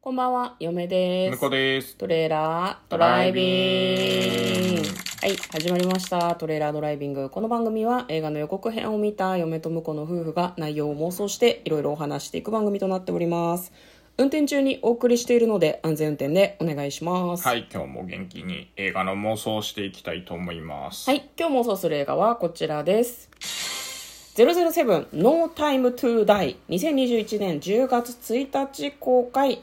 こんばんは、嫁です。向こうです。トレーラードライビング。はい、始まりました。トレーラードライビング。この番組は映画の予告編を見た嫁と婿の夫婦が内容を妄想していろいろお話していく番組となっております。運転中にお送りしているので安全運転でお願いします。はい、今日も元気に映画の妄想をしていきたいと思います。はい、今日妄想する映画はこちらです。007 No Time to Die 2021年10月1日公開、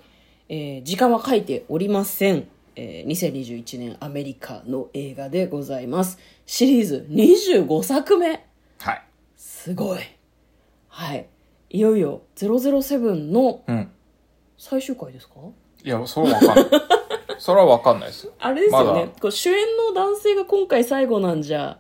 えー時間は書いておりません、えー2021年アメリカの映画でございますシリーズ25作目はい。すごいはいいよいよ007のうん。最終回ですか、いや、それはわかんない。 それはわかんないです。あれですよまねだ、こう主演の男性が今回最後なんじゃ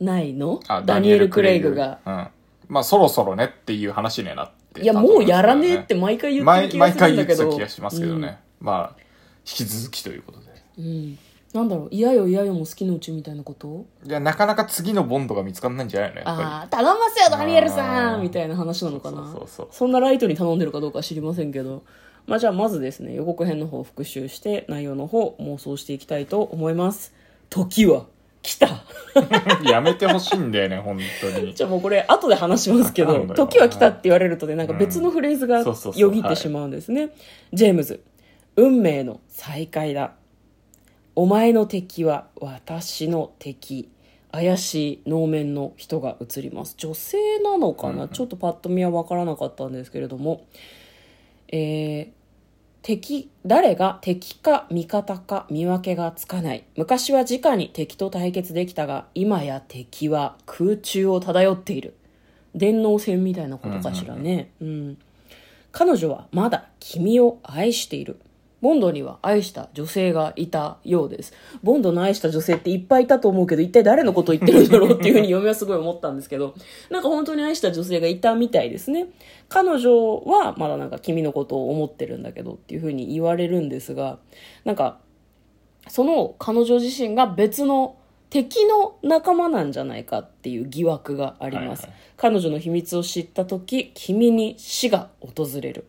ないのあダニエル・クレイグが。。うん。まあ、そろそろねっていう話になってたいや、と思もんうですやけどらねねえって毎回言ってる毎気が毎する回ん言だっけてど。た気がしますけどね。まあ、引き続きということで。うん。うんなんだろう、嫌よ嫌よも好きのうちみたいなこといや、なかなか次のボンドが見つかんないんじゃないのやっぱああ、頼ますよ、ダニエルあさーんみたいな話なのかな。そうそうそうそうそんなライトに頼んでるかどうかは知りませんけど。まあじゃあまずですね、予告編の方を復習して、内容の方妄想していきたいと思います。時は来たり。 やめてほしいんだよね、本当に。じゃあもうこれ後で話しますけわかどんないわ時は来たって言われるとねなんか別のフレーズがうんそうそうそうよぎってしまうんですね、ジェームズ運命の再会だお前の敵は私の敵怪しい能面の人が映ります女性なのかな、うんちょっとパッと見は分からなかったんですけれどもえー敵誰が敵か味方か見分けがつかない昔は直に敵と対決できたが今や敵は空中を漂っている電脳戦みたいなことかしらねうん彼女はまだ君を愛しているボンドには愛した女性がいたようですボンドの愛した女性っていっぱいいたと思うけど一体誰のことを言ってるんだろうっていうふうに嫁はすごい思ったんですけどなんか本当に愛した女性がいたみたいですね彼女はまだなんか君のことを思ってるんだけどっていうふうに言われるんですがなんかその彼女自身が別の敵の仲間なんじゃないかっていう疑惑があります、はいは彼女の秘密を知った時君に死が訪れる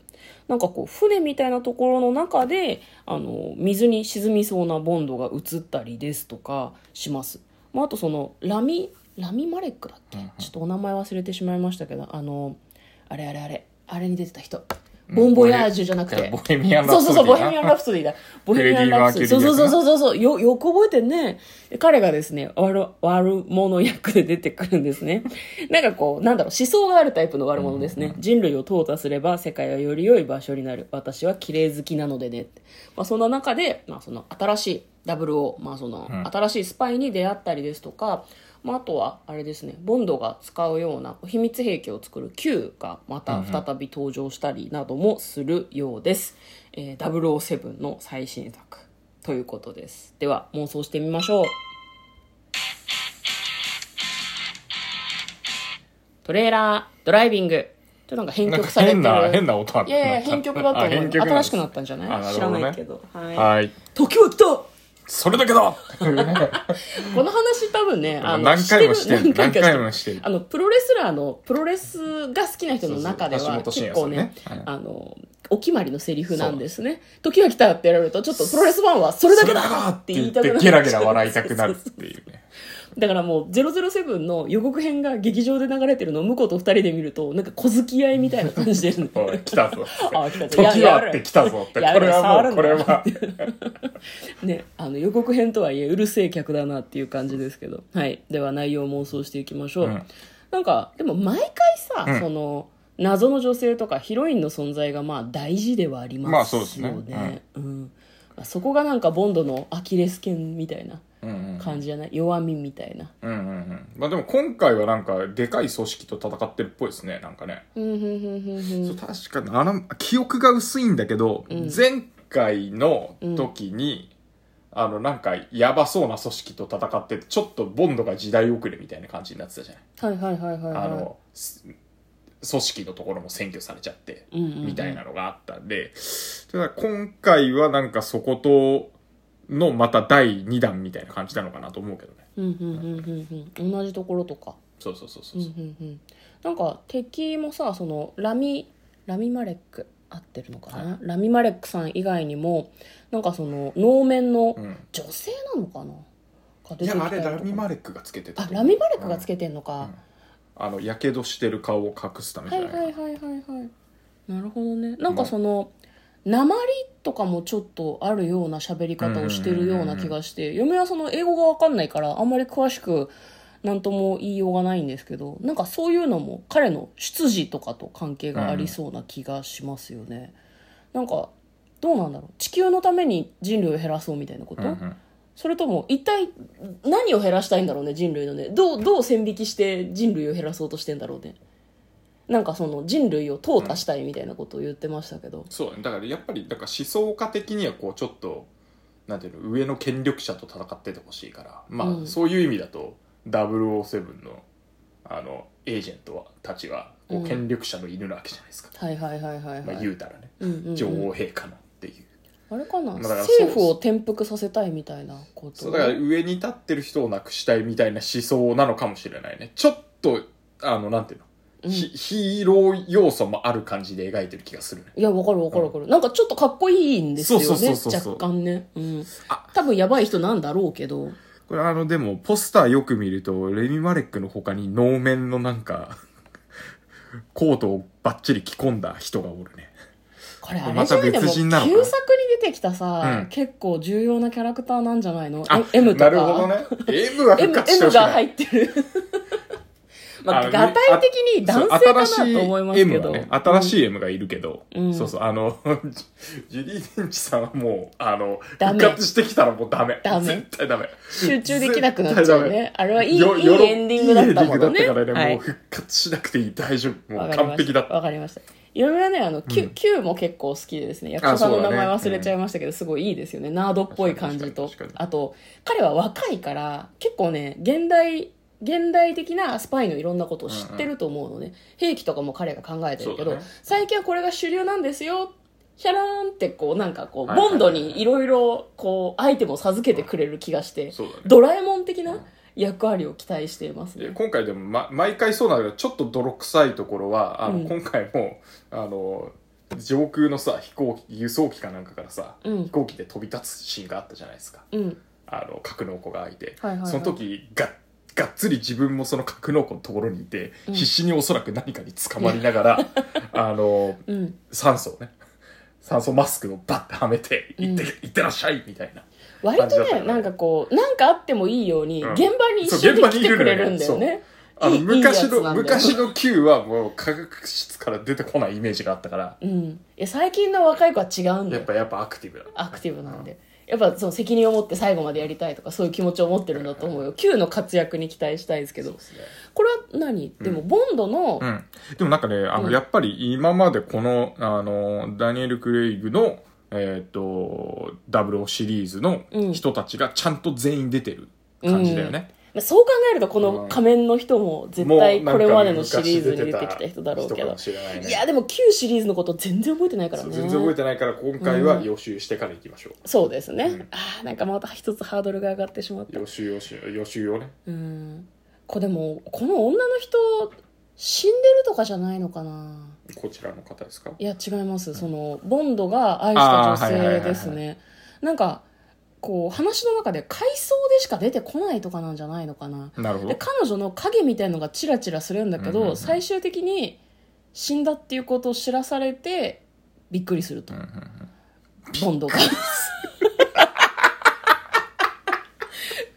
なんかこう船みたいなところの中であの水に沈みそうなボンドが映ったりですとかします、まあ、あとそのラミラミマレックだっけ、うんうんちょっとお名前忘れてしまいましたけどあのあれあれあれあれに出てた人ボンボヤージュじゃなくいやてボヘミアンそラうプそうソそう、ディボヘミアン・ラなプソディ だ。ボヘミアン・ラプソディ。フレデそうィそうそうマーそうそうそキュリー役なう。よ、よく覚えてんね。彼がですね、悪、悪者役で出てくるんですね。なんかこう、なんだろう、思想があるタイプの悪者ですね。人類を淘汰すれば世界はより良い場所になる。私は綺麗好きなのでね。まあそんな中で、まあその新しいダブルを、まあそのうん新しいスパイに出会ったりですとか、まあ、あとは、あれですね、ボンドが使うような秘密兵器を作る Q がまた再び登場したりなどもするようです。えー、007の最新作ということです。では、妄想してみましょう。トレーラー、ドライビング。ちょっとなんか変ん曲かされて変る。な、変な音あっいた。やいや、編曲だとあ思編う。曲新ですしくなったんじゃないある知ほらねないけど。はい。はい。時は来たそれだけだこの話多分ね、あの、何回もしてる。何か回もしてる。あの、プロレスラーの、プロレスが好きな人の中でそは、うそう結構ね橋本真也さんねはい、あの、お決まりのセリフなんですね。時が来たってやられると、ちょっとプロレスファンはそれだけだって言いたくなっる。てゲラゲラ笑いたくなる そうっそうていうね。だからもう、007の予告編が劇場で流れてるのを向こうと二人で見ると、なんか小付き合いみたいな感じですね。 おい、来たぞ。 あ来たぞ時やはやあるって来たぞって。やこるれはもう、触これるんだ は。ね、あの予告編とはいえうるせえ客だなっていう感じですけど、はい、では内容を妄想していきましょう、うんなんかでも毎回さ、うんその謎の女性とかヒロインの存在がまあ大事ではありますよね,、まあそうですねうんまあそこがなんかボンドのアキレス腱みたいなうんうん感じじゃない、弱みみたいなうんうんうん。まあでも今回はなんか、でかい組織と戦ってるっぽいですね、なんかね。うんふんふんふんふんそう確かに、あの、記憶が薄いんだけど、うん前回の時に、あの、なんか、やばそうな組織と戦ってて、ちょっとボンドが時代遅れみたいな感じになってたじゃない。はいはいはいはいはいあの、す組織のところも占拠されちゃって、うんうんうんみたいなのがあったんで、ただ今回はなんかそことのまた第2弾みたいな感じなのかなと思うけどね。うんうんうんうんうん同じところとかそうそうそうそうう。んうんうんなんか敵もさそのラミラミマレック合ってるのかな、はラミマレックさん以外にもなんかその能面のうん女性なのかな、がい出てきたりとやかあれラミマレックがつけてたあと思うラミマレックがつけてんのか、あのやけどしてる顔を隠すためじはゃいないはかなはいいはいはいなるほどねなんかその鉛とかもちょっとあるような喋り方をしてるような気がして嫁はその英語が分かんないからあんまり詳しく何とも言いようがないんですけどなんかそういうのも彼の出自とかと関係がありそうな気がしますよね、なんかどうなんだろう地球のために人類を減らそうみたいなこと、うんうんそれとも一体何を減らしたいんだろうね人類のねどうどう線引きして人類を減らそうとしてんだろうねなんかその人類を淘汰したいみたいなことを言ってましたけど、そうだねだからやっぱりだから思想家的にはこうちょっとなんていうの上の権力者と戦っててほしいからまあ、うんそういう意味だと007のあのエージェントはたちはこうんう権力者の犬なわけじゃないですか、はいはいはいはいはまい、あ、言うたらね、うんうんうん女王陛下のっていうあれかなだからそう政府を転覆させたいみたいなこそとうだから上に立ってる人をなくしたいみたいな思想なのかもしれないねちょっとあのなんていうの、うんヒヒーロー要素もある感じで描いてる気がするねいやわかるわかるわかる、なんかちょっとかっこいいんですよねそうそうそうそうそう若干ね、うんあ、多分やばい人なんだろうけどこれあのでもポスターよく見るとレミ・マレックの他に能面のなんか コートをバッチリ着込んだ人がおるねこれあれまじゃたないでも別旧作人になのかな出てきたさ、うん結構重要なキャラクターなんじゃないのあ M M とかなるほどね M は M, 復活し M てほしくがない入ってる まああのがたい的に男性かなと思いますけどそう新しい M はね、新しい M がいるけど、うんそうそう、あの、 ジュリー・デンチさんはもう、あの、ダ復メ活してきたらもうダメ。ダメ絶対ダメ。集中できなくなっちゃう絶ね対ダメあれはいいいいよよろエンディングだったもんいいエンディングねだったからね、はいもう復活しなくていい、大丈夫。もわうかりました完璧だった。わかりました嫁はねあの Q,、うん Q も結構好きでですね役者さんのそうだ名ね前忘れちゃいましたけど、すごいいいですよねナードっぽい感じと確かに確かあと彼は若いから結構ね現代現代的なスパイのいろんなことを知ってると思うのね、兵器とかも彼が考えてるけそうど、だね最近はこれが主流なんですよシャラーンってこうなんかこうはいはいはボいンドにいろいろこうアイテムを授けてくれる気がして、そうだね。ドラえもん的うなん役割を期待していますね、で今回でも、ま、毎回そうなんだけどちょっと泥臭いところはあうの、ん今回もあの上空のさ飛行機輸送機かなんかからさ、うん飛行機で飛び立つシーンがあったじゃないですかうんあの格納庫が開いて、はいはいはいその時ががっつり自分もその格納庫のところにいて、うん必死におそらく何かに捕まりな がらあのうん酸素をね酸素マスクをバッてはめて「うんいって,、いってらっしゃい」みたいな割と感じだったねよねなんかこうなんかあってもいいように、うん現場に一緒に来てくれるんだよねあのいい昔いいやつなのんだよ昔の Q はもう科学室から出てこないイメージがあったからうんいや最近の若い子は違うんだやっよぱやっぱアクティブだアクティブなんで、やっぱその責任を持って最後までやりたいとかそういう気持ちを持ってるんだと思うよ Q の活躍に期待したいですけそうどですねこれは何でもボンドの、うん、でもなんかねあの、うんやっぱり今までこのあのダニエル・クレイグの、えー、と00シリーズのうん人たちがちゃんと全員出てる感じだよね、まあそう考えるとこの仮面の人も絶対これまでのシリーズに出てきた人だろうけどいやででも旧シリーズのこと全然覚えてないからね全然覚えてないから今回は予習してからいきましょう、そうですね、うんああなんかまた一つハードルが上がってしまった予習予習予習をねうんこれでもこの女の人死んでるとかじゃないのかなこちらの方ですかいや違いますそのボンドが愛したあーは女性いはいはいはいですねなんかこう話の中で回想でしか出てこないとかなんじゃないのかななるほでど彼女の影みたいのがチラチラするんだけど、うんうんうん最終的に死んだっていうことを知らされてびっくりすると、うんうんうんボンドが。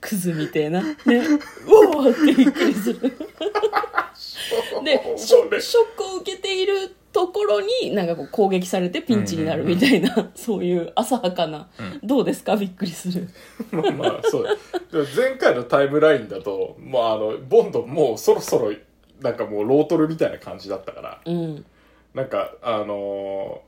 クズみてえな。ね。うおーってびっくりする。 で、ショショックを受けているところに、なんかこう攻撃されてピンチになるみたいな、そういう浅はかな、どうですかびっくりする。まあ まあそうでも前回のタイムラインだと、まあ、あのボンドもうそろそろなんかもうロートルみたいな感じだったからうん。なんかあの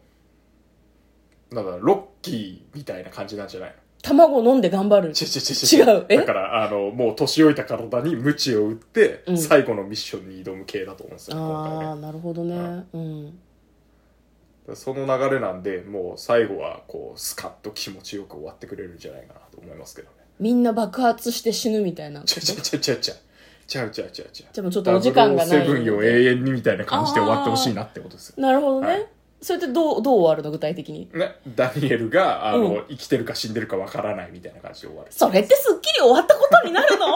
ーなんだロッキーみたいな感じなんじゃないの卵飲んで頑張る。ちちちち違うえだからあのもう年老いた体に鞭を打って、うん最後のミッションに挑む系だと思うんですよね今あ回あ、ねなるほどね。うん。その流れなんでもう最後はこうスカッと気持ちよく終わってくれるんじゃないかなと思いますけどねみんな爆発して死ぬみたいな。ちゃちゃちゃちゃちゃちゃうちゃうちゃうちゃうでもちょっとお時間がないので007よ永遠にみたいな感じで終わってほしいなってことですよなるほどね。はいそれってどうどう終わるの具体的にね、ダニエルが、あの、う生きてるか死んでるかわからないみたいな感じで終わる。それってすっきり終わったことにな るの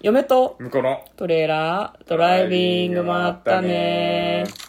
嫁と向こうの、トレーラードライビングもあったねー